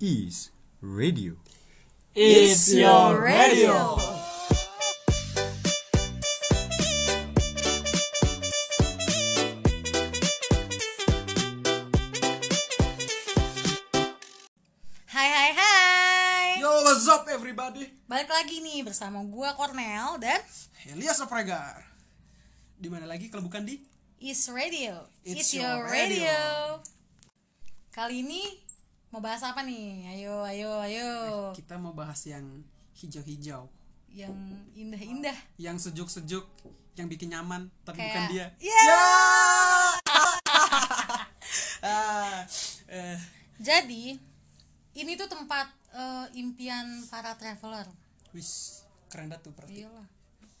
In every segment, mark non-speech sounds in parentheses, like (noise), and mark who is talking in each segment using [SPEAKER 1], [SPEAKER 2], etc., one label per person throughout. [SPEAKER 1] is radio.
[SPEAKER 2] It's your radio.
[SPEAKER 3] Hai hai hai.
[SPEAKER 2] Yo, what's up everybody?
[SPEAKER 3] Balik lagi nih bersama gua Cornel dan
[SPEAKER 2] Elias Apregar. Di mana lagi kalau bukan di?
[SPEAKER 3] Is Radio.
[SPEAKER 2] It's your radio.
[SPEAKER 3] Kali ini mau bahas apa nih? Ayo ayo ayo.
[SPEAKER 2] Eh, Kita mau bahas yang hijau-hijau,
[SPEAKER 3] Yang indah-indah
[SPEAKER 2] yang sejuk-sejuk, yang bikin nyaman, tapi
[SPEAKER 3] kayak
[SPEAKER 2] bukan dia.
[SPEAKER 3] Ya! (laughs)
[SPEAKER 2] Ah, eh,
[SPEAKER 3] Jadi ini tuh tempat eh, impian para traveler.
[SPEAKER 2] wis keren banget tuh berarti.
[SPEAKER 3] Iyalah.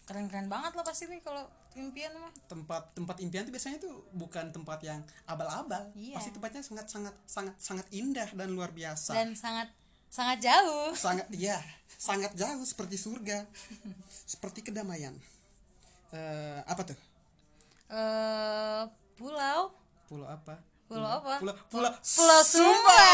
[SPEAKER 3] Keren-keren banget lah pasti nih kalau impian mah.
[SPEAKER 2] Tempat tempat impian tuh biasanya tuh bukan tempat yang abal-abal.
[SPEAKER 3] Iya.
[SPEAKER 2] Pasti tempatnya sangat-sangat sangat sangat indah dan luar biasa.
[SPEAKER 3] Dan sangat sangat jauh.
[SPEAKER 2] (laughs) sangat ya sangat jauh seperti
[SPEAKER 3] (laughs)
[SPEAKER 2] surga seperti kedamaian eh apa tuh
[SPEAKER 3] Eh pulau
[SPEAKER 2] pulau apa
[SPEAKER 3] Pulau apa?
[SPEAKER 2] pulau pulau
[SPEAKER 3] Pulau Sumba.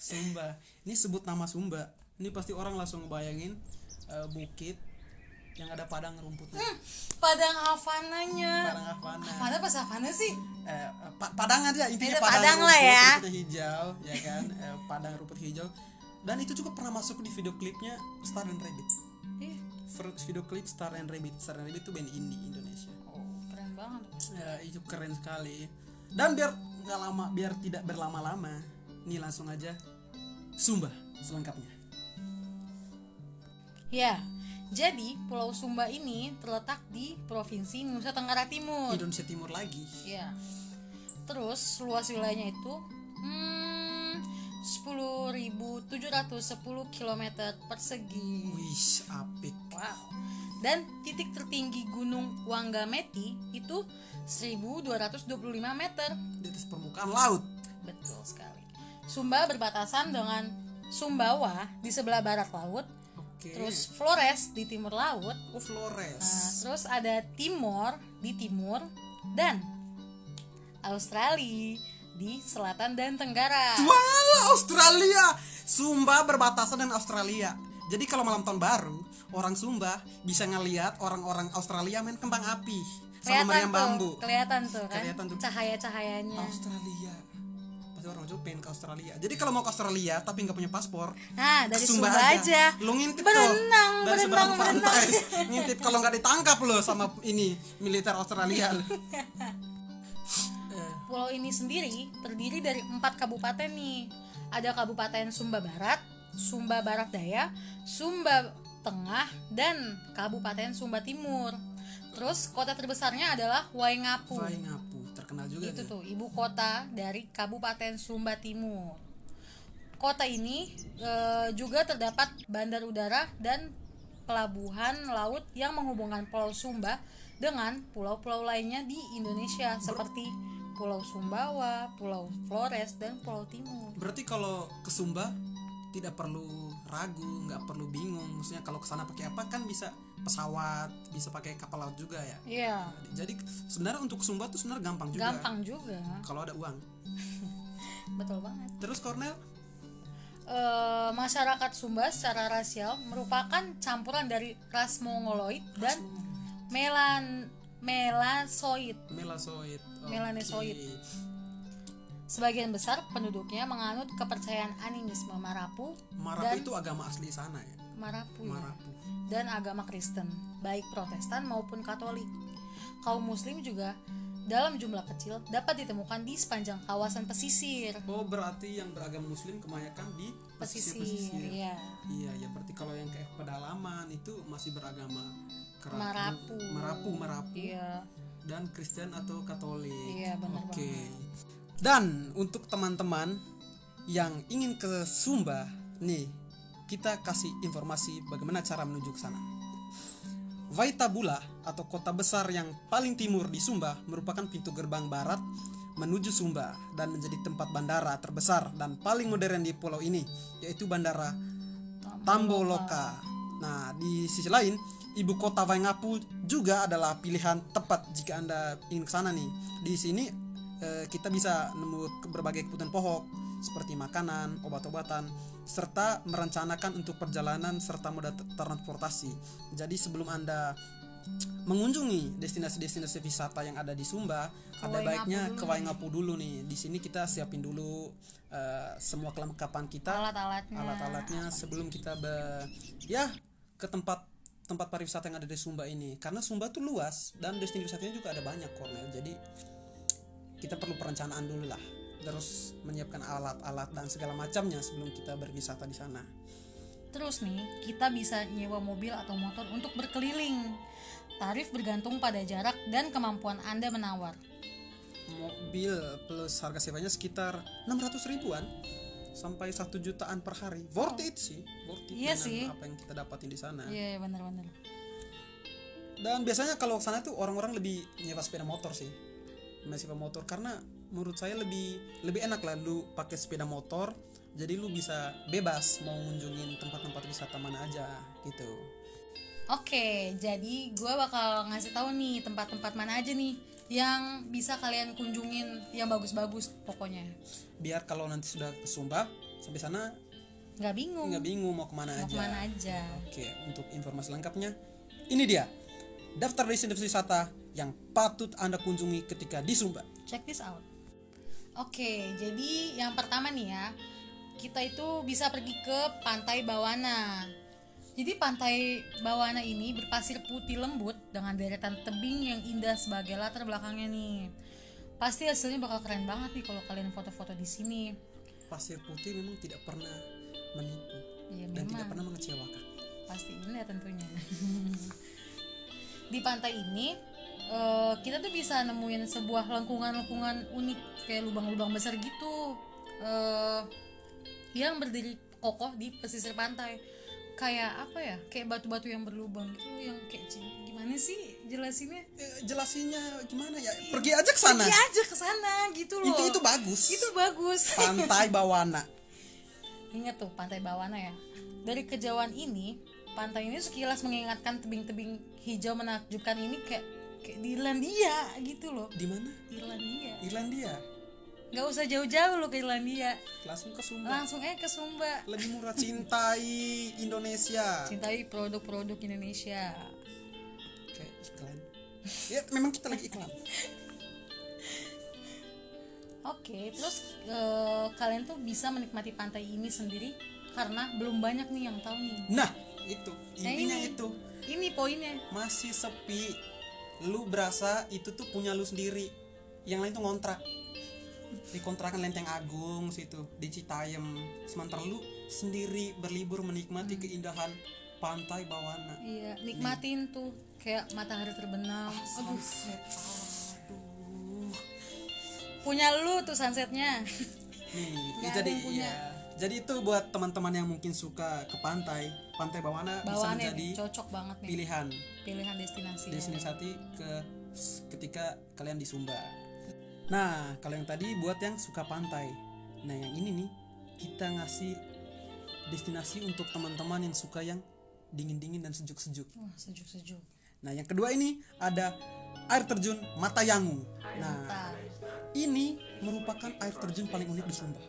[SPEAKER 2] Sumba ini sebut nama Sumba ini pasti orang langsung ngebayangin eh, bukit yang ada padang rumputnya
[SPEAKER 3] Padang Havananya.
[SPEAKER 2] Padang Havana.
[SPEAKER 3] Havana pas Havana sih?
[SPEAKER 2] Eh, pa- padang aja intinya
[SPEAKER 3] Itu padang lah ya.
[SPEAKER 2] rumput hijau ya kan Eh, padang rumput hijau dan itu juga pernah masuk di video klipnya Star and Rabbit
[SPEAKER 3] Ih,
[SPEAKER 2] Ver- video klip Star and Rabbit Star and Rabbit itu band indie Indonesia
[SPEAKER 3] oh, keren banget.
[SPEAKER 2] Ya, itu keren sekali. Dan biar nggak lama, biar tidak berlama-lama, nih langsung aja Sumba selengkapnya.
[SPEAKER 3] Ya, jadi Pulau Sumba ini terletak di Provinsi Nusa Tenggara Timur.
[SPEAKER 2] Indonesia Timur lagi.
[SPEAKER 3] Ya. Terus luas wilayahnya itu hmm, 10.710 km persegi.
[SPEAKER 2] Wih, apik.
[SPEAKER 3] Wow. Dan titik tertinggi Gunung Wanggameti itu 1225 meter.
[SPEAKER 2] Di atas permukaan laut.
[SPEAKER 3] Betul sekali. Sumba berbatasan dengan Sumbawa di sebelah barat laut,
[SPEAKER 2] Oke.
[SPEAKER 3] terus Flores di timur laut,
[SPEAKER 2] oh, Flores.
[SPEAKER 3] nah, terus ada Timor di timur dan Australia di selatan dan tenggara.
[SPEAKER 2] Wala, Australia. Sumba berbatasan dengan Australia. Jadi kalau malam tahun baru, orang Sumba bisa ngeliat orang-orang Australia main kembang api sama meriam
[SPEAKER 3] Kelihatan
[SPEAKER 2] bambu.
[SPEAKER 3] tuh, kelihatan tuh kan
[SPEAKER 2] Kelihatan tuh. Oh.
[SPEAKER 3] cahaya-cahayanya.
[SPEAKER 2] Australia. Pasti orang Jawa pengen ke Australia. Jadi kalau mau ke Australia tapi nggak punya paspor,
[SPEAKER 3] Nah, dari Sumba, aja.
[SPEAKER 2] Lu ngintip
[SPEAKER 3] Berenang,
[SPEAKER 2] tuh. Dari
[SPEAKER 3] berenang,
[SPEAKER 2] seberang pantai. ngintip kalau nggak ditangkap lo sama ini militer Australia lo. Eh,
[SPEAKER 3] Pulau ini sendiri terdiri dari empat kabupaten nih. Ada Kabupaten Sumba Barat, Sumba Barat Daya, Sumba Tengah, dan Kabupaten Sumba Timur. Terus kota terbesarnya adalah Waingapu.
[SPEAKER 2] Vai ngapu terkenal juga
[SPEAKER 3] Itu
[SPEAKER 2] tuh.
[SPEAKER 3] tuh ibu kota dari Kabupaten Sumba Timur. Kota ini eh, juga terdapat bandar udara dan pelabuhan laut yang menghubungkan Pulau Sumba dengan pulau-pulau lainnya di Indonesia seperti Pulau Sumbawa, Pulau Flores dan Pulau Timur.
[SPEAKER 2] Berarti kalau ke Sumba tidak perlu ragu, nggak perlu bingung. Maksudnya kalau ke sana pakai apa kan bisa pesawat, bisa pakai kapal laut juga ya.
[SPEAKER 3] Iya,
[SPEAKER 2] Jadi sebenarnya untuk ke Sumba tuh sebenarnya gampang juga.
[SPEAKER 3] gampang juga.
[SPEAKER 2] Kalau ada uang.
[SPEAKER 3] Betul banget.
[SPEAKER 2] Terus Cornel,
[SPEAKER 3] Eh, masyarakat Sumba secara rasial merupakan campuran dari ras Mongoloid dan melan melasoid.
[SPEAKER 2] Melasoid. Oke.
[SPEAKER 3] Melanesoid. Sebagian besar penduduknya menganut kepercayaan animisme Marapu,
[SPEAKER 2] Marapu
[SPEAKER 3] Dan-
[SPEAKER 2] itu agama asli sana ya.
[SPEAKER 3] Marapu, ya,
[SPEAKER 2] Marapu.
[SPEAKER 3] dan agama Kristen, baik Protestan maupun Katolik. Kaum Muslim juga dalam jumlah kecil dapat ditemukan di sepanjang kawasan pesisir.
[SPEAKER 2] Oh berarti yang beragama muslim kebanyakan di
[SPEAKER 3] Pesisir,
[SPEAKER 2] pesisir-pesisir.
[SPEAKER 3] ya.
[SPEAKER 2] Iya ya berarti kalau yang ke pedalaman itu masih beragama kerapu,
[SPEAKER 3] Marapu.
[SPEAKER 2] merapu merapu
[SPEAKER 3] Iya.
[SPEAKER 2] dan Kristen atau Katolik.
[SPEAKER 3] Iya, benar
[SPEAKER 2] Oke. Dan untuk teman-teman yang ingin ke Sumba nih kita kasih informasi bagaimana cara menuju ke sana. Vaitabula atau kota besar yang paling timur di Sumba merupakan pintu gerbang barat menuju Sumba dan menjadi tempat bandara terbesar dan paling modern di pulau ini yaitu Bandara Tamboloka. Nah, di sisi lain, ibu kota Waingapu juga adalah pilihan tepat jika Anda ingin ke sana nih. Di sini eh, kita bisa nemu ke- berbagai kebutuhan pokok seperti makanan, obat-obatan, serta merencanakan untuk perjalanan serta moda t- transportasi. Jadi sebelum Anda mengunjungi destinasi-destinasi wisata yang ada di Sumba, ada
[SPEAKER 3] Waingapu
[SPEAKER 2] baiknya
[SPEAKER 3] dulu
[SPEAKER 2] ke
[SPEAKER 3] nih.
[SPEAKER 2] Waingapu dulu nih. Di sini kita siapin dulu eh, semua kelengkapan kita
[SPEAKER 3] alat-alatnya
[SPEAKER 2] alat-alatnya sebelum kita be ya ke tempat tempat pariwisata yang ada di Sumba ini karena Sumba tuh luas dan destinasi wisatanya juga ada banyak Cornel jadi kita perlu perencanaan dulu lah terus menyiapkan alat-alat dan segala macamnya sebelum kita berwisata di sana
[SPEAKER 3] Terus nih, kita bisa nyewa mobil atau motor untuk berkeliling. Tarif bergantung pada jarak dan kemampuan Anda menawar.
[SPEAKER 2] mobil plus harga sewanya sekitar 600 ribuan sampai 1 jutaan per hari worth it sih worth it
[SPEAKER 3] Iya
[SPEAKER 2] dengan
[SPEAKER 3] sih.
[SPEAKER 2] apa yang kita dapatin di sana
[SPEAKER 3] Iya, bener-bener.
[SPEAKER 2] dan biasanya kalau sana tuh orang-orang lebih nyewa sepeda motor sih nyewa sepeda motor karena menurut saya lebih lebih enak lah lu pakai sepeda motor jadi lu bisa bebas mau ngunjungin tempat-tempat wisata mana aja gitu
[SPEAKER 3] Oke, jadi gue bakal ngasih tahu nih tempat-tempat mana aja nih yang bisa kalian kunjungin yang bagus-bagus pokoknya.
[SPEAKER 2] biar kalau nanti sudah ke Sumba sampai sana
[SPEAKER 3] Nggak bingung,
[SPEAKER 2] nggak bingung mau kemana
[SPEAKER 3] mau
[SPEAKER 2] aja
[SPEAKER 3] kemana aja.
[SPEAKER 2] Oke, untuk informasi lengkapnya, ini dia daftar destinasi wisata yang patut Anda kunjungi ketika di Sumba.
[SPEAKER 3] Check this out. Oke, jadi yang pertama nih ya, kita itu bisa pergi ke Pantai Bawana. Jadi Pantai Bawana ini berpasir putih lembut dengan deretan tebing yang indah sebagai latar belakangnya nih. Pasti hasilnya bakal keren banget nih kalau kalian foto-foto di sini.
[SPEAKER 2] Pasir putih memang tidak pernah menipu
[SPEAKER 3] Iya
[SPEAKER 2] dan tidak
[SPEAKER 3] memang
[SPEAKER 2] pernah mengecewakan.
[SPEAKER 3] pasti indah tentunya. (laughs) di pantai ini eh, kita tuh bisa nemuin sebuah lengkungan-lengkungan unik kayak lubang-lubang besar gitu eh, yang berdiri kokoh di pesisir pantai. Kayak apa ya? Kayak batu-batu yang berlubang gitu yang kayak ci- gimana sih jelasinnya?
[SPEAKER 2] Eh, jelasinya gimana ya? Pergi aja ke sana.
[SPEAKER 3] Pergi aja ke sana gitu loh.
[SPEAKER 2] Itu itu bagus.
[SPEAKER 3] Itu bagus.
[SPEAKER 2] Pantai Bawana.
[SPEAKER 3] Ingat tuh pantai Bawana ya. Dari kejauhan ini, pantai ini sekilas mengingatkan tebing-tebing hijau menakjubkan ini kayak kayak di Irlandia gitu loh.
[SPEAKER 2] Di mana?
[SPEAKER 3] Irlandia.
[SPEAKER 2] Irlandia.
[SPEAKER 3] Gak usah jauh-jauh loh ke Irlandia.
[SPEAKER 2] Langsung ke Sumba.
[SPEAKER 3] Langsung aja ke Sumba.
[SPEAKER 2] Lebih murah cintai Indonesia.
[SPEAKER 3] Cintai produk-produk Indonesia.
[SPEAKER 2] Kayak iklan. Ya, memang kita lagi iklan.
[SPEAKER 3] Oke, terus eh, kalian tuh bisa menikmati pantai ini sendiri karena belum banyak nih yang tahu nih.
[SPEAKER 2] Nah, itu
[SPEAKER 3] Nah,
[SPEAKER 2] intinya
[SPEAKER 3] ini.
[SPEAKER 2] itu.
[SPEAKER 3] Ini poinnya.
[SPEAKER 2] masih sepi lu berasa itu tuh punya lu sendiri yang lain tuh ngontrak di kontrakan Lenteng Agung situ di Citayam sementara lu sendiri berlibur menikmati
[SPEAKER 3] Hmm.
[SPEAKER 2] keindahan pantai Bawana
[SPEAKER 3] Iya, nikmatin tuh kayak matahari terbenam.
[SPEAKER 2] Oh,
[SPEAKER 3] Aduh,
[SPEAKER 2] sunset aduh
[SPEAKER 3] punya lu tuh sunsetnya.
[SPEAKER 2] nih itu
[SPEAKER 3] Nggak ada
[SPEAKER 2] jadi
[SPEAKER 3] yang punya.
[SPEAKER 2] iya jadi itu buat teman-teman yang mungkin suka ke pantai pantai Bawana bisa
[SPEAKER 3] bawaannya
[SPEAKER 2] menjadi
[SPEAKER 3] nih, cocok banget nih
[SPEAKER 2] pilihan
[SPEAKER 3] pilihan destinasi ya.
[SPEAKER 2] destinasi ke ketika kalian di Sumba. Nah, kalau yang tadi buat yang suka pantai. Nah, yang ini nih kita ngasih destinasi untuk teman-teman yang suka yang dingin-dingin dan sejuk-sejuk.
[SPEAKER 3] wah sejuk sejuk
[SPEAKER 2] Nah, yang kedua ini ada air terjun Matayangu. Nah,
[SPEAKER 3] Bentar.
[SPEAKER 2] ini merupakan air terjun paling unik di Sumba.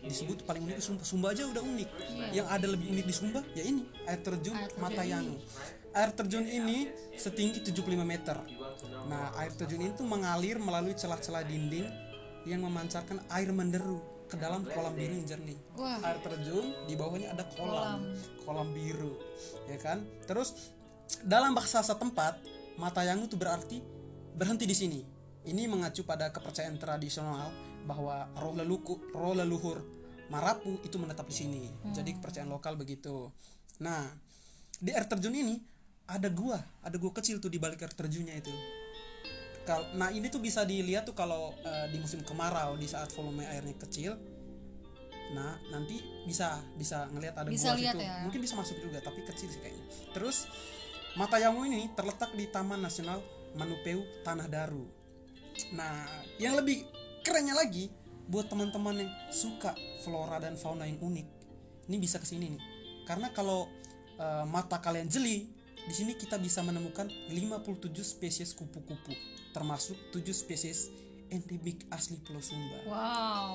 [SPEAKER 2] Disebut paling unik di Sumba. Sumba aja udah unik. Yang ada lebih unik di Sumba ya ini air terjun
[SPEAKER 3] Iya. Air terjun
[SPEAKER 2] Matayangu. Air terjun ini setinggi 75 meter. Nah, air terjun itu mengalir melalui celah-celah dinding yang memancarkan air menderu ke dalam kolam biru yang jernih.
[SPEAKER 3] Wah.
[SPEAKER 2] Air terjun di bawahnya ada kolam, kolam biru, ya kan? Terus dalam bahasa setempat, Matayangu itu berarti berhenti di sini. Ini mengacu pada kepercayaan tradisional bahwa roh leluku, roh leluhur Marapu itu menetap di sini.
[SPEAKER 3] Hmm.
[SPEAKER 2] Jadi kepercayaan lokal begitu. Nah, di air terjun ini ada gua, ada gua kecil tuh di balik air terjunnya itu. Kal- Nah ini tuh bisa dilihat tuh kalau eh, di musim kemarau di saat volume airnya kecil, nah nanti bisa bisa ngelihat ada
[SPEAKER 3] Bisa
[SPEAKER 2] gua
[SPEAKER 3] lihat
[SPEAKER 2] situ.
[SPEAKER 3] ya.
[SPEAKER 2] mungkin bisa masuk juga tapi kecil sih kayaknya. Terus Matayangu ini terletak di Taman Nasional Manupeu Tanah Daru. Nah, yang lebih kerennya lagi buat teman-teman yang suka flora dan fauna yang unik, ini bisa kesini nih. Karena kalau eh, mata kalian jeli, di sini kita bisa menemukan 57 spesies kupu-kupu, termasuk 7 spesies endemik asli Pulau Sumba.
[SPEAKER 3] Wow.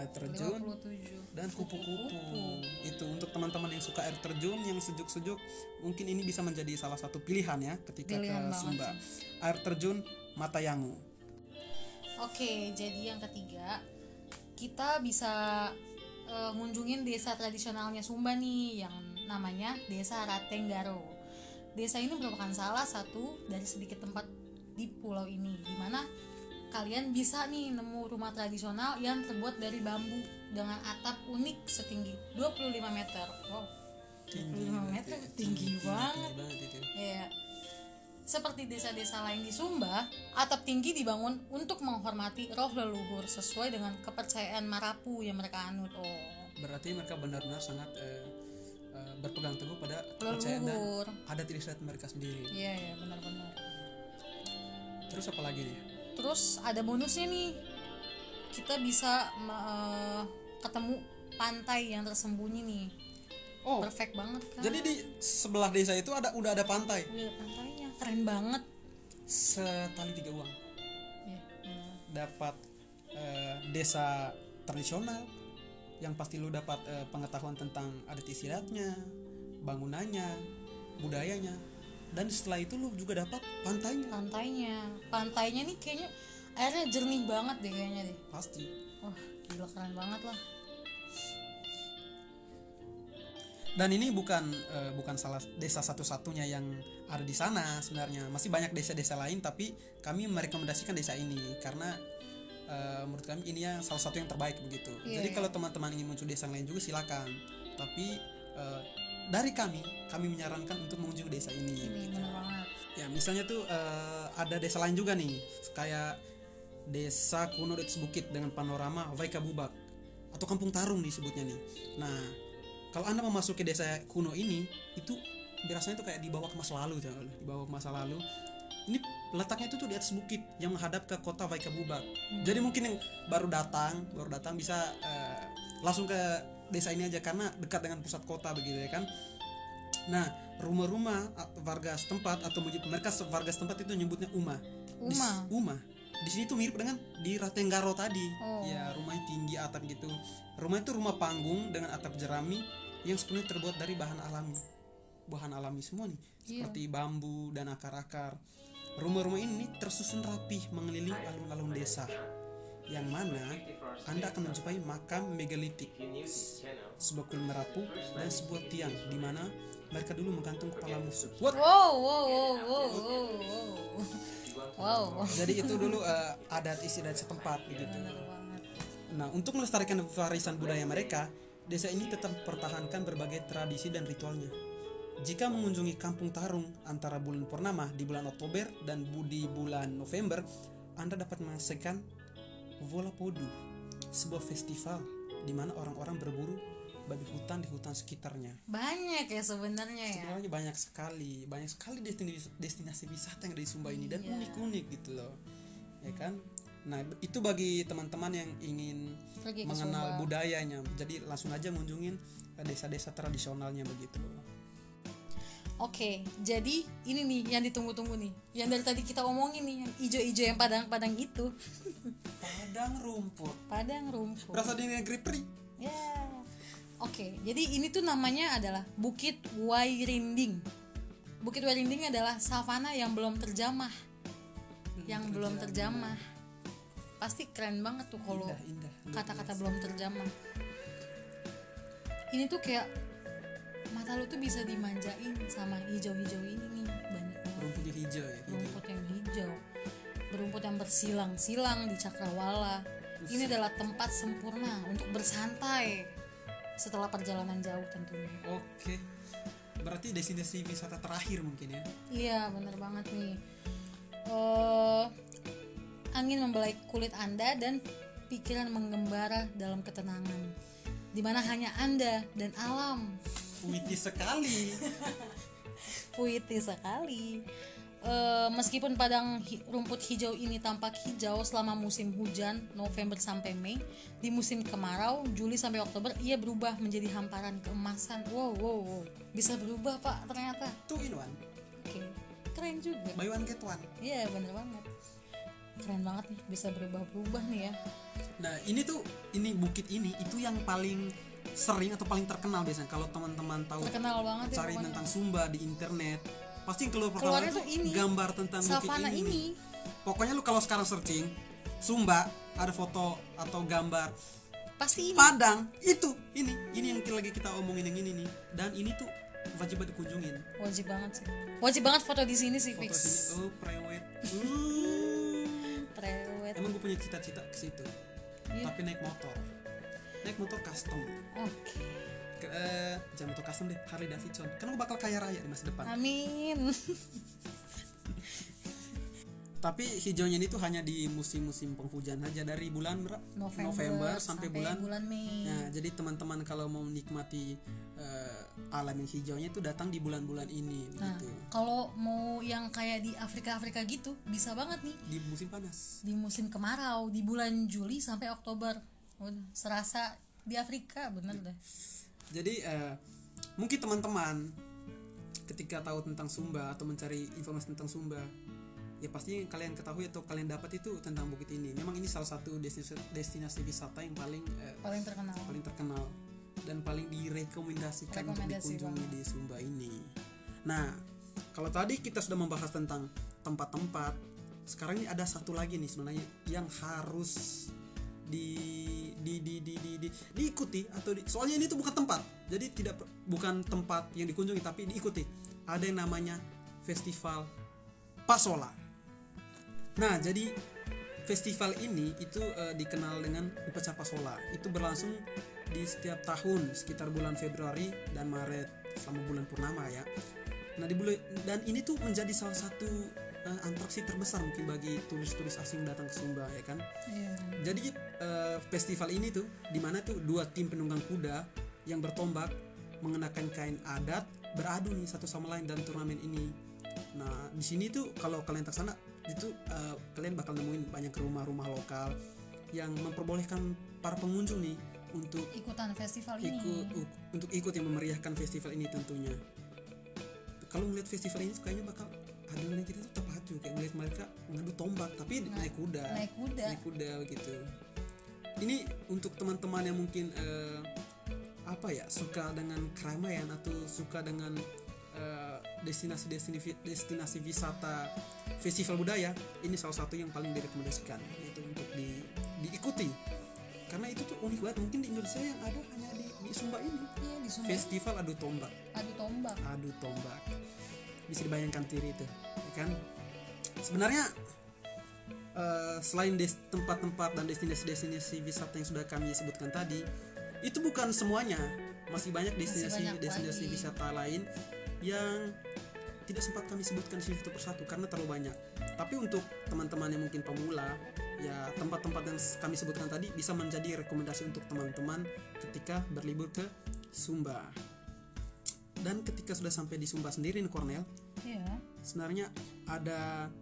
[SPEAKER 2] Air terjun
[SPEAKER 3] 57.
[SPEAKER 2] dan kupu-kupu. Itu untuk teman-teman yang suka air terjun yang sejuk-sejuk, mungkin ini bisa menjadi salah satu pilihan ya ketika ke
[SPEAKER 3] Pilihan banget
[SPEAKER 2] Sumba. Air terjun Matayangu.
[SPEAKER 3] Oke, jadi yang ketiga kita bisa eh, ngunjungin desa tradisionalnya Sumba nih yang namanya Desa Ratenggaro. Desa ini merupakan salah satu dari sedikit tempat di pulau ini di mana kalian bisa nih nemu rumah tradisional yang terbuat dari bambu dengan atap unik setinggi 25 meter. Wow. 25 meter Iya, tinggi banget.
[SPEAKER 2] itu.
[SPEAKER 3] Ya. Seperti desa-desa lain di Sumba, atap tinggi dibangun untuk menghormati roh leluhur sesuai dengan kepercayaan Marapu yang mereka anut. Oh,
[SPEAKER 2] Berarti mereka benar-benar sangat eh, eh, berpegang teguh pada kepercayaan dan
[SPEAKER 3] leluhur.
[SPEAKER 2] adat istiadat mereka sendiri.
[SPEAKER 3] Iya, ya, benar-benar.
[SPEAKER 2] Terus apa lagi nih?
[SPEAKER 3] Terus ada bonusnya nih. Kita bisa me- eh, ketemu pantai yang tersembunyi nih.
[SPEAKER 2] Oh,
[SPEAKER 3] Perfect banget kan?
[SPEAKER 2] jadi di sebelah desa itu ada udah ada pantai
[SPEAKER 3] Wih, pantainya keren banget.
[SPEAKER 2] setali tiga uang.
[SPEAKER 3] Iya, iya.
[SPEAKER 2] dapat eh, desa tradisional yang pasti lu dapat eh, pengetahuan tentang adat istiadatnya, bangunannya, budayanya dan setelah itu lu juga dapat pantainya
[SPEAKER 3] Pantainya, pantainya nih kayaknya airnya jernih banget deh kayaknya deh.
[SPEAKER 2] pasti.
[SPEAKER 3] Wah, gila keren banget lah.
[SPEAKER 2] Dan ini bukan eh, bukan salah desa satu-satunya yang ada di sana sebenarnya. Masih banyak desa-desa lain tapi kami merekomendasikan desa ini karena eh, menurut kami ini yang salah satu yang terbaik begitu.
[SPEAKER 3] Iya,
[SPEAKER 2] Jadi
[SPEAKER 3] iya.
[SPEAKER 2] kalau teman-teman ingin muncul desa yang lain juga silakan. Tapi eh, dari kami kami menyarankan untuk mengunjungi desa ini.
[SPEAKER 3] Ini
[SPEAKER 2] gitu.
[SPEAKER 3] bener banget.
[SPEAKER 2] Ya misalnya tuh eh, ada desa lain juga nih kayak desa kuno Deks Bukit dengan panorama Waika Bubak atau Kampung Tarung disebutnya nih. Nah kalau anda memasuki desa kuno ini itu rasanya tuh kayak dibawa ke masa lalu, tau nggak lu? dibawa ke masa lalu. Ini letaknya itu tuh di atas bukit yang menghadap ke kota Waika Bubak. Jadi mungkin yang baru datang baru datang bisa eh, langsung ke desa ini aja karena dekat dengan pusat kota begitu ya kan. Nah, rumah-rumah a- warga setempat atau menyebut- mereka se- warga setempat itu nyebutnya Uma. Di,
[SPEAKER 3] Uma.
[SPEAKER 2] s- Uma. Di sini tuh mirip dengan di Ratenggaro tadi.
[SPEAKER 3] Oh.
[SPEAKER 2] Ya, rumahnya tinggi atap gitu. Rumah itu rumah panggung dengan atap jerami yang sepenuhnya terbuat dari bahan alami. Bahan alami semua nih,
[SPEAKER 3] Iya.
[SPEAKER 2] seperti bambu dan akar-akar. Rumah-rumah ini tersusun rapih mengelilingi alun-alun desa. Yang mana Anda akan menjumpai makam megalitik sebuah kuil merapu dan sebuah tiang di mana mereka dulu menggantung kepala musuh. What?
[SPEAKER 3] Wow, wow, wow, wow, wow, wow. Wow,
[SPEAKER 2] Jadi itu dulu eh, adat istiadat setempat gitu. begitu.
[SPEAKER 3] bener banget.
[SPEAKER 2] Nah, untuk melestarikan warisan budaya mereka, desa ini tetap pertahankan berbagai tradisi dan ritualnya. Jika mengunjungi Kampung Tarung antara bulan purnama di bulan Oktober dan bu- di bulan November, Anda dapat menyaksikan Vola Podu, sebuah festival di mana orang-orang berburu babi hutan di hutan sekitarnya.
[SPEAKER 3] Banyak ya sebenarnya ya.
[SPEAKER 2] sebenarnya banyak sekali banyak sekali destinasi destinasi wisata yang ada di Sumba ini dan
[SPEAKER 3] Iya.
[SPEAKER 2] unik-unik gitu loh ya kan nah b- itu bagi teman-teman yang ingin
[SPEAKER 3] Pergi ke
[SPEAKER 2] mengenal
[SPEAKER 3] Sumba.
[SPEAKER 2] budayanya jadi langsung aja ngunjungin eh, desa-desa tradisionalnya begitu
[SPEAKER 3] Oke, jadi ini nih yang ditunggu-tunggu nih. Yang dari tadi kita omongin nih, yang ijo-ijo yang padang-padang itu. (laughs)
[SPEAKER 2] padang rumput
[SPEAKER 3] Padang rumput.
[SPEAKER 2] berasal dari negeri peri
[SPEAKER 3] Ya. Oke, jadi ini tuh namanya adalah Bukit Wairinding. Bukit Wairinding adalah savana yang belum terjamah,
[SPEAKER 2] Hmm,
[SPEAKER 3] yang belum terjamah. Pasti keren banget tuh kalau
[SPEAKER 2] indah indah
[SPEAKER 3] kata-kata belum terjamah. Ini tuh kayak mata lu tuh bisa dimanjain sama hijau-hijau ini nih banyak banget
[SPEAKER 2] rumput yang hijau ya hijau.
[SPEAKER 3] rumput yang hijau, rumput yang bersilang-silang di cakrawala. Ini adalah tempat sempurna untuk bersantai setelah perjalanan jauh tentunya.
[SPEAKER 2] oke berarti destinasi wisata terakhir mungkin ya
[SPEAKER 3] Iya, bener banget nih. eh angin membelai kulit Anda dan pikiran menggembara dalam ketenangan. Dimana hanya Anda dan alam.
[SPEAKER 2] witi sekali
[SPEAKER 3] Puitis sekali. Eh, meskipun padang hi- rumput hijau ini tampak hijau selama musim hujan November sampai Mei, di musim kemarau Juli sampai Oktober ia berubah menjadi hamparan keemasan. Wow, wow, wow. Bisa berubah pak ternyata.
[SPEAKER 2] Two in one,
[SPEAKER 3] Oke, keren juga.
[SPEAKER 2] buy one get one.
[SPEAKER 3] Iya bener banget. Keren banget nih bisa berubah-berubah nih ya.
[SPEAKER 2] Nah ini tuh ini bukit ini itu yang paling sering atau paling terkenal biasanya kalau teman-teman tahu
[SPEAKER 3] Terkenal banget ya.
[SPEAKER 2] cari
[SPEAKER 3] pokoknya.
[SPEAKER 2] tentang Sumba di internet pasti yang keluar pertama
[SPEAKER 3] Keluarnya
[SPEAKER 2] tuh
[SPEAKER 3] tuh ini.
[SPEAKER 2] gambar tentang
[SPEAKER 3] savana
[SPEAKER 2] bukit ini. nih.
[SPEAKER 3] ini.
[SPEAKER 2] Pokoknya lu kalau sekarang searching Sumba ada foto atau gambar
[SPEAKER 3] pasti ini.
[SPEAKER 2] Padang itu ini ini yang lagi kita omongin yang ini nih dan ini tuh wajib banget dikunjungin
[SPEAKER 3] wajib banget sih. Wajib banget foto di sini sih
[SPEAKER 2] foto
[SPEAKER 3] fix.
[SPEAKER 2] sini oh
[SPEAKER 3] (laughs)
[SPEAKER 2] prewed Uh.
[SPEAKER 3] Prewed.
[SPEAKER 2] emang gue punya cita-cita ke situ
[SPEAKER 3] Iya.
[SPEAKER 2] tapi naik motor naik motor custom
[SPEAKER 3] Oke.
[SPEAKER 2] ke, eh, jangan motor custom deh Harley Davidson kan gue bakal kaya raya di masa depan
[SPEAKER 3] Amin.
[SPEAKER 2] tapi hijaunya ini tuh hanya di musim-musim penghujan aja dari bulan ber-
[SPEAKER 3] November,
[SPEAKER 2] sampai, bulan
[SPEAKER 3] Mei.
[SPEAKER 2] Nah, jadi teman-teman kalau mau menikmati eh, alam yang hijaunya itu datang di bulan-bulan ini
[SPEAKER 3] Nah,
[SPEAKER 2] begitu.
[SPEAKER 3] kalau mau yang kayak di Afrika-Afrika gitu, bisa banget nih
[SPEAKER 2] Di musim panas.
[SPEAKER 3] di musim kemarau di bulan Juli sampai Oktober. Udah, serasa di Afrika bener deh.
[SPEAKER 2] Jadi eh, mungkin teman-teman ketika tahu tentang Sumba atau mencari informasi tentang Sumba, ya pasti yang kalian ketahui atau kalian dapat itu tentang bukit ini. Memang ini salah satu destinasi, destinasi wisata yang paling eh,
[SPEAKER 3] Paling terkenal.
[SPEAKER 2] paling terkenal dan paling direkomendasikan untuk
[SPEAKER 3] Rekomendasi
[SPEAKER 2] dikunjungi di Sumba ini. Nah, kalau tadi kita sudah membahas tentang tempat-tempat, sekarang ini ada satu lagi nih sebenarnya yang harus di di di di, di- di- diikuti atau di- soalnya ini tuh bukan tempat. Jadi tidak per- bukan tempat yang dikunjungi tapi diikuti. Ada yang namanya Festival Pasola. Nah, jadi festival ini itu eh, dikenal dengan upacara pasola. Itu berlangsung di setiap tahun sekitar bulan Februari dan Maret selama bulan purnama ya. Nah, di bulan dan ini tuh menjadi salah satu eh, atraksi terbesar mungkin bagi turis-turis asing datang ke Sumba ya kan.
[SPEAKER 3] Iya, bener.
[SPEAKER 2] Jadi eh, festival ini tuh dimana tuh dua tim penunggang kuda yang bertombak mengenakan kain adat beradu nih satu sama lain dalam turnamen ini. Nah di sini tuh kalau kalian ke sana itu eh, kalian bakal nemuin banyak rumah-rumah lokal yang memperbolehkan para pengunjung nih untuk
[SPEAKER 3] Ikutan festival ini.
[SPEAKER 2] ikut u- untuk ikut yang memeriahkan festival ini tentunya kalau ngeliat festival ini tuh kayaknya bakal adonan kita tuh terpacu kayak ngeliat mereka ngadu tombak tapi
[SPEAKER 3] Nah,
[SPEAKER 2] naik kuda
[SPEAKER 3] naik kuda.
[SPEAKER 2] naik kuda gitu ini untuk teman-teman yang mungkin eh, apa ya suka dengan keramaian atau suka dengan eh, destinasi-destinasi destinasi wisata festival budaya ini salah satu yang paling direkomendasikan yaitu untuk di- diikuti karena itu tuh unik banget mungkin di Indonesia yang ada hanya di, di Sumba ini
[SPEAKER 3] Iya, di Sumba.
[SPEAKER 2] festival adu tombak
[SPEAKER 3] Adu tombak.
[SPEAKER 2] adu tombak bisa dibayangkan tiri itu ya kan sebenarnya eh, selain des- tempat-tempat dan destinasi-destinasi wisata yang sudah kami sebutkan tadi itu bukan semuanya masih banyak
[SPEAKER 3] Masih
[SPEAKER 2] destinasi
[SPEAKER 3] banyak
[SPEAKER 2] destinasi
[SPEAKER 3] lagi.
[SPEAKER 2] wisata lain yang tidak sempat kami sebutkan sini satu persatu karena terlalu banyak tapi untuk teman-teman yang mungkin pemula ya tempat-tempat yang s- kami sebutkan tadi bisa menjadi rekomendasi untuk teman-teman ketika berlibur ke Sumba dan ketika sudah sampai di Sumba sendiri nih Cornel
[SPEAKER 3] Iya.
[SPEAKER 2] sebenarnya ada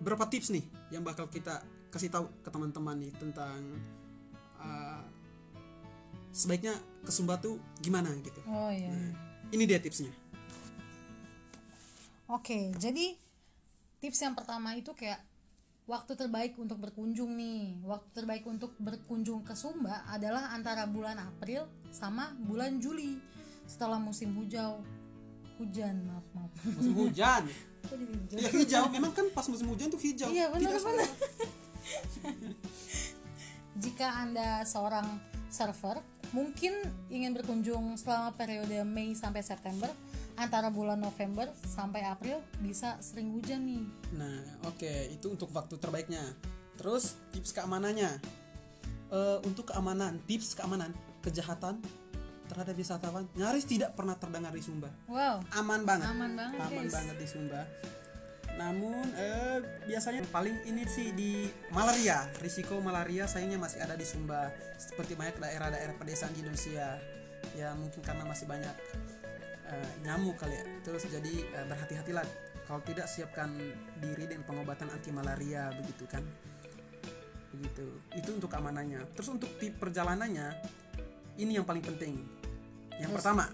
[SPEAKER 2] berapa tips nih yang bakal kita kasih tahu ke teman-teman nih tentang uh, sebaiknya ke Sumba tuh gimana gitu
[SPEAKER 3] Oh iya.
[SPEAKER 2] ini dia tipsnya
[SPEAKER 3] Oke, jadi tips yang pertama itu kayak waktu terbaik untuk berkunjung nih. Waktu terbaik untuk berkunjung ke Sumba adalah antara bulan April sama bulan Juli setelah musim hijau. Hujan, maaf, maaf.
[SPEAKER 2] musim
[SPEAKER 3] (laughs)
[SPEAKER 2] hujan
[SPEAKER 3] Kok jadi hujan?
[SPEAKER 2] ya hijau memang kan pas musim hujan tuh hijau
[SPEAKER 3] Iya, benar,
[SPEAKER 2] Tidak
[SPEAKER 3] benar. (laughs) Jika Anda seorang server, mungkin ingin berkunjung selama periode Mei sampai September antara bulan November sampai April bisa sering hujan nih.
[SPEAKER 2] Nah, oke, itu untuk waktu terbaiknya. Terus tips keamanannya. Eh, untuk keamanan, tips keamanan, kejahatan terhadap wisatawan nyaris tidak pernah terdengar di Sumba.
[SPEAKER 3] Wow,
[SPEAKER 2] Aman banget.
[SPEAKER 3] aman banget
[SPEAKER 2] Aman
[SPEAKER 3] guys.
[SPEAKER 2] banget di Sumba. Namun eh, biasanya paling ini sih di malaria. Risiko malaria sayangnya masih ada di Sumba seperti banyak daerah-daerah pedesaan di Indonesia. Ya mungkin karena masih banyak eh, eh, nyamuk kali ya. Terus jadi eh, berhati-hatilah. Kalau tidak siapkan diri dengan pengobatan anti malaria begitu kan. Begitu. Itu untuk keamanannya. Terus untuk tip perjalanannya ini yang paling penting. Yang pertama,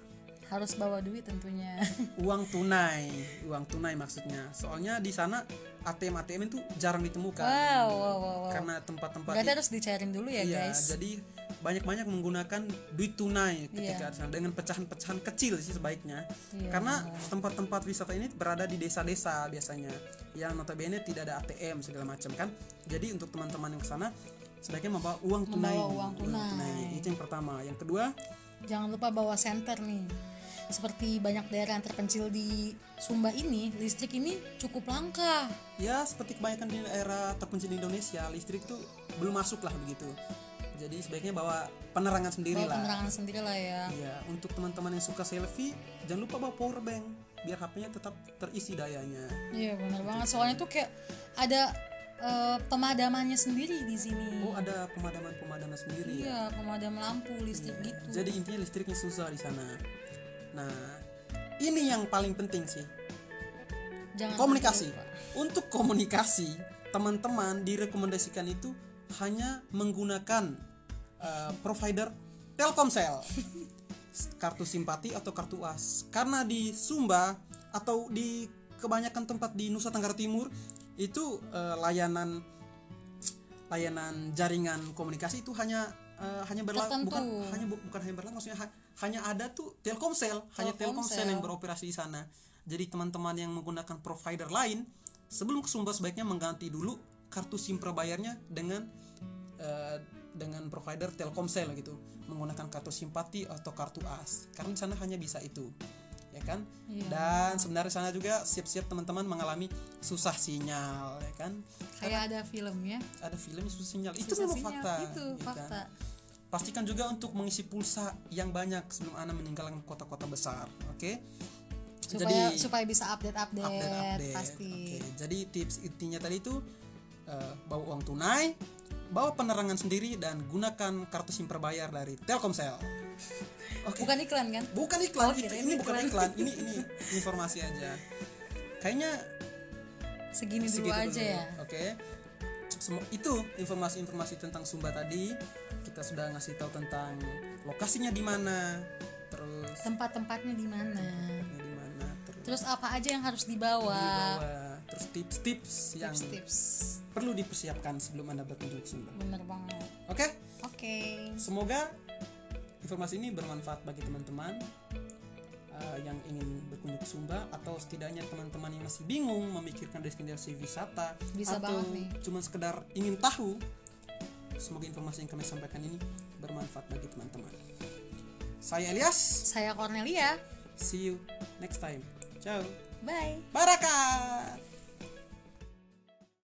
[SPEAKER 3] harus bawa duit tentunya
[SPEAKER 2] uang tunai. Uang tunai maksudnya. Soalnya di sana ATM ATM itu jarang ditemukan
[SPEAKER 3] wow wow wow, wow.
[SPEAKER 2] (laughs) karena tempat-tempat
[SPEAKER 3] berarti
[SPEAKER 2] itu-
[SPEAKER 3] harus dicairin dulu ya
[SPEAKER 2] Iya,
[SPEAKER 3] guys
[SPEAKER 2] jadi banyak-banyak menggunakan duit tunai
[SPEAKER 3] Iya.
[SPEAKER 2] ketika di sana dengan pecahan-pecahan kecil sih sebaiknya.
[SPEAKER 3] Iya.
[SPEAKER 2] Karena tempat-tempat wisata ini berada di desa-desa biasanya yang notabene tidak ada ATM segala macam kan. Jadi untuk teman-teman yang ke sana sebaiknya membawa uang
[SPEAKER 3] Membawa
[SPEAKER 2] tunai.
[SPEAKER 3] uang tunai.
[SPEAKER 2] Itu yang pertama. Yang kedua,
[SPEAKER 3] jangan lupa bawa senter nih seperti banyak daerah yang terpencil di Sumba ini listrik ini cukup langka
[SPEAKER 2] ya seperti kebanyakan di daerah terpencil di Indonesia, listrik tuh belum masuk lah begitu. Jadi sebaiknya bawa penerangan sendiri
[SPEAKER 3] bawa
[SPEAKER 2] lah.
[SPEAKER 3] penerangan sendiri lah ya
[SPEAKER 2] Iya, untuk teman-teman yang suka selfie, jangan lupa bawa power bank biar HP-nya tetap terisi dayanya.
[SPEAKER 3] iya benar banget soalnya tuh kayak ada eh, pemadamannya sendiri di sini
[SPEAKER 2] Oh, ada pemadaman-pemadaman sendiri ya.
[SPEAKER 3] iya pemadam lampu listrik gitu
[SPEAKER 2] Iya. Jadi intinya listriknya susah di sana. Nah, ini yang paling penting sih,
[SPEAKER 3] jangan
[SPEAKER 2] komunikasi.
[SPEAKER 3] sampai lupa.
[SPEAKER 2] Untuk komunikasi, teman-teman direkomendasikan itu hanya menggunakan eh, provider
[SPEAKER 3] (laughs)
[SPEAKER 2] Telkomsel. kartu simpati atau kartu as karena di Sumba atau di kebanyakan tempat di Nusa Tenggara Timur itu eh, layanan layanan jaringan komunikasi itu hanya eh, hanya berlangsung
[SPEAKER 3] Tertentu.
[SPEAKER 2] bukan hanya bu- bukan hanya berlangsung maksudnya ha- hanya ada tuh Telkomsel hanya
[SPEAKER 3] Telkomsel.
[SPEAKER 2] Telkomsel yang beroperasi di sana jadi teman-teman yang menggunakan provider lain sebelum ke Sumba sebaiknya mengganti dulu kartu SIM prabayarnya dengan eh, dengan provider Telkomsel gitu menggunakan kartu simpati atau kartu as karena di sana hanya bisa itu ya kan
[SPEAKER 3] Iya.
[SPEAKER 2] dan sebenarnya di sana juga siap-siap teman-teman mengalami susah sinyal ya kan
[SPEAKER 3] kayak ada filmnya
[SPEAKER 2] ada film yang susah sinyal itu
[SPEAKER 3] Susah
[SPEAKER 2] memang
[SPEAKER 3] sinyal.
[SPEAKER 2] fakta ya
[SPEAKER 3] itu
[SPEAKER 2] kan?
[SPEAKER 3] fakta
[SPEAKER 2] pastikan juga untuk mengisi pulsa yang banyak sebelum anda meninggalkan kota-kota besar oke
[SPEAKER 3] supaya supaya bisa update update,
[SPEAKER 2] update-update.
[SPEAKER 3] pasti
[SPEAKER 2] Oke, Jadi tips intinya tadi itu eh, bawa uang tunai, bawa penerangan sendiri dan gunakan kartu SIM berbayar dari Telkomsel. Oke.
[SPEAKER 3] bukan iklan kan
[SPEAKER 2] Bukan iklan,
[SPEAKER 3] Oke,
[SPEAKER 2] itu- ini
[SPEAKER 3] ini
[SPEAKER 2] bukan iklan,
[SPEAKER 3] iklan.
[SPEAKER 2] ini ini informasi aja. Kayaknya
[SPEAKER 3] segini
[SPEAKER 2] segitu
[SPEAKER 3] dulu aja
[SPEAKER 2] dulu.
[SPEAKER 3] ya
[SPEAKER 2] Oke. Semua itu informasi-informasi tentang Sumba tadi. Kita sudah ngasih tahu tentang lokasinya di mana, terus
[SPEAKER 3] tempat-tempatnya di mana
[SPEAKER 2] di mana, terus,
[SPEAKER 3] terus apa aja yang harus
[SPEAKER 2] di
[SPEAKER 3] dibawa
[SPEAKER 2] bawah, terus tips-tips yang
[SPEAKER 3] tips-tips
[SPEAKER 2] perlu dipersiapkan sebelum Anda berkunjung ke Sumba.
[SPEAKER 3] bener banget
[SPEAKER 2] Oke,
[SPEAKER 3] oke
[SPEAKER 2] semoga informasi ini bermanfaat bagi teman-teman eh, yang ingin berkunjung ke Sumba atau setidaknya teman-teman yang masih bingung memikirkan destinasi wisata
[SPEAKER 3] Bisa
[SPEAKER 2] atau
[SPEAKER 3] banget nih.
[SPEAKER 2] cuma sekedar ingin tahu. Semoga informasi yang kami sampaikan ini bermanfaat bagi teman-teman. Saya Elias,
[SPEAKER 3] saya Cornelia
[SPEAKER 2] see you next time. Ciao.
[SPEAKER 3] bye
[SPEAKER 2] Barakat.